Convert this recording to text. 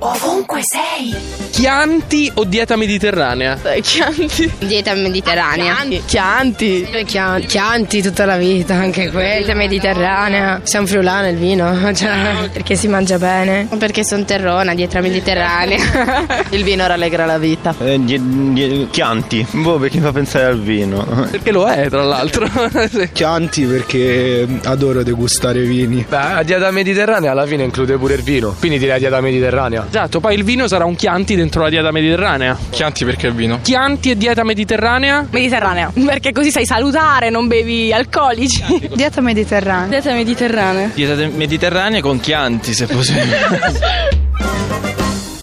Ovunque sei! Chianti o dieta mediterranea? Eh, Chianti. Dieta mediterranea. Chianti. Noi Chianti. Chianti tutta la vita, anche quella. Dieta mediterranea. Siamo friulana il vino, cioè, perché si mangia bene. Perché sono terrona, dieta mediterranea. Il vino rallegra la vita. Eh, die- die- Chianti, boh perché mi fa pensare al vino. Perché lo è, tra l'altro. Sì. Chianti perché adoro degustare vini. Beh, la dieta mediterranea alla fine include pure il vino, quindi direi dieta mediterranea. Esatto, poi il vino sarà un chianti dentro la dieta mediterranea. Chianti perché il vino? Chianti e dieta mediterranea? Mediterranea. Perché così sai salutare, non bevi alcolici. Dieta mediterranea. Dieta mediterranea. Dieta mediterranea con Chianti, se possibile.